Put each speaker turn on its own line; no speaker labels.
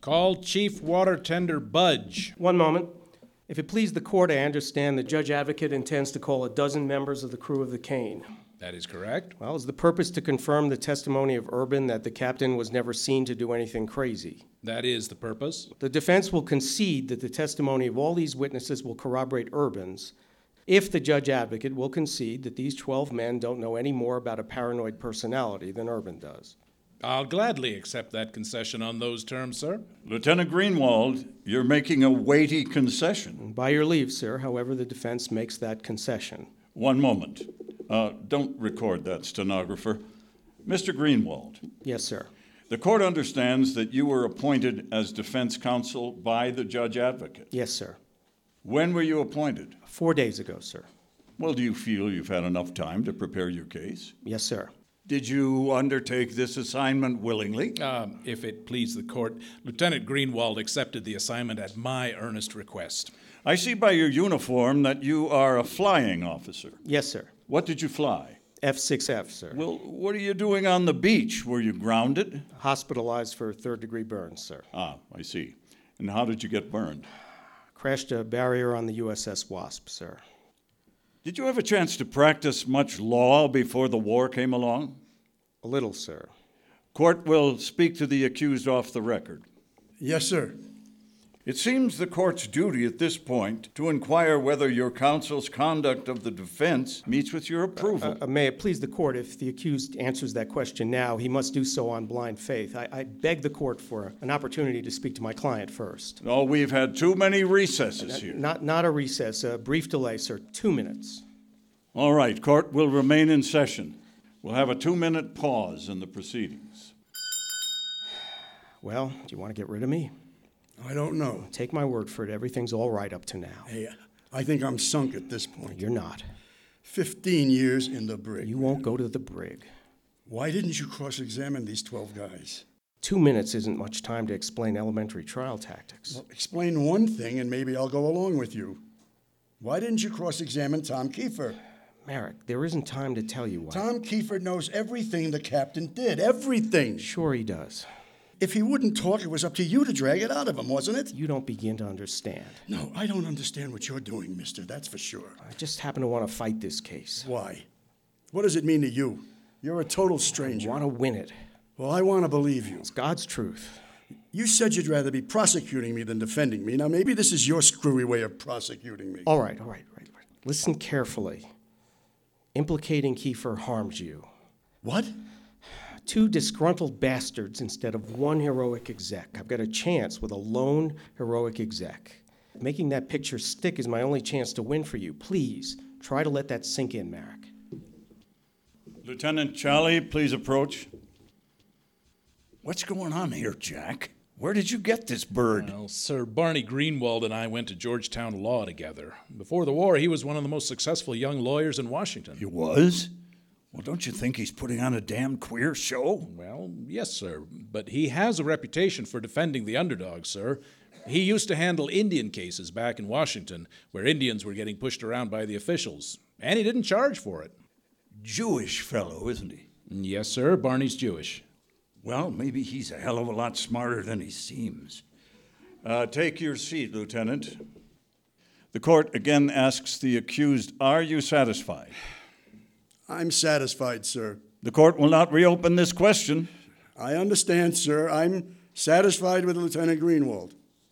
Call Chief Water Tender Budge.
One moment. If it please the court, I understand the judge advocate intends to call a dozen members of the crew of the Kane.
That is correct.
Well, is the purpose to confirm the testimony of Urban that the captain was never seen to do anything crazy?
That is the purpose.
The defense will concede that the testimony of all these witnesses will corroborate Urban's if the judge advocate will concede that these 12 men don't know any more about a paranoid personality than Urban does.
I'll gladly accept that concession on those terms, sir.
Lieutenant Greenwald, you're making a weighty concession.
And by your leave, sir, however, the defense makes that concession.
One moment. Uh, don't record that, stenographer. Mr. Greenwald,
Yes, sir.
the court understands that you were appointed as defense counsel by the judge advocate.
Yes, sir.
When were you appointed?
Four days ago, sir.
Well, do you feel you've had enough time to prepare your case?
Yes, sir.
Did you undertake this assignment willingly?
Um, if it please the court, Lieutenant Greenwald accepted the assignment at my earnest request.
I see by your uniform that you are a flying officer.
Yes, sir.
What did you fly?
F6F, sir.
Well, what are you doing on the beach? Were you grounded?
Hospitalized for third degree burns, sir.
Ah, I see. And how did you get burned?
Crashed a barrier on the USS Wasp, sir.
Did you have a chance to practice much law before the war came along?
A little, sir.
Court will speak to the accused off the record.
Yes, sir.
It seems the court's duty at this point to inquire whether your counsel's conduct of the defense meets with your approval.
Uh, may it please the court, if the accused answers that question now, he must do so on blind faith. I, I beg the court for an opportunity to speak to my client first.
oh, we've had too many recesses here.
Not, not a recess, a brief delay, sir. Two minutes.
All right, court will remain in session. We'll have a two minute pause in the proceedings.
Well, do you want to get rid of me?
I don't know.
Take my word for it. Everything's all right up to now.
Hey, I think I'm sunk at this point.
You're not.
15 years in the brig.
You won't go to the brig.
Why didn't you cross examine these 12 guys?
Two minutes isn't much time to explain elementary trial tactics.
Well, explain one thing and maybe I'll go along with you. Why didn't you cross examine Tom Kiefer?
Merrick, there isn't time to tell you why.
Tom Kiefer knows everything the captain did, everything.
Sure, he does.
If he wouldn't talk, it was up to you to drag it out of him, wasn't it?
You don't begin to understand.
No, I don't understand what you're doing, mister, that's for sure.
I just happen to want to fight this case.
Why? What does it mean to you? You're a total stranger.
Want to win it.
Well, I want to believe you.
It's God's truth.
You said you'd rather be prosecuting me than defending me. Now, maybe this is your screwy way of prosecuting me.
All right, all right, all right, all right. Listen carefully. Implicating Kiefer harms you.
What?
Two disgruntled bastards instead of one heroic exec. I've got a chance with a lone heroic exec. Making that picture stick is my only chance to win for you. Please try to let that sink in, Merrick.
Lieutenant Charlie, please approach.
What's going on here, Jack? Where did you get this bird?
Well, Sir Barney Greenwald and I went to Georgetown Law together. Before the war, he was one of the most successful young lawyers in Washington.
It was? Well, don't you think he's putting on a damn queer show?
Well, yes, sir, but he has a reputation for defending the underdog, sir. He used to handle Indian cases back in Washington, where Indians were getting pushed around by the officials, and he didn't charge for it.
Jewish fellow, isn't he?
Yes, sir, Barney's Jewish.
Well, maybe he's a hell of a lot smarter than he seems.
Uh, take your seat, Lieutenant. The court again asks the accused, Are you satisfied?
I'm satisfied, sir.
The court will not reopen this question.
I understand, sir. I'm satisfied with Lieutenant Greenwald.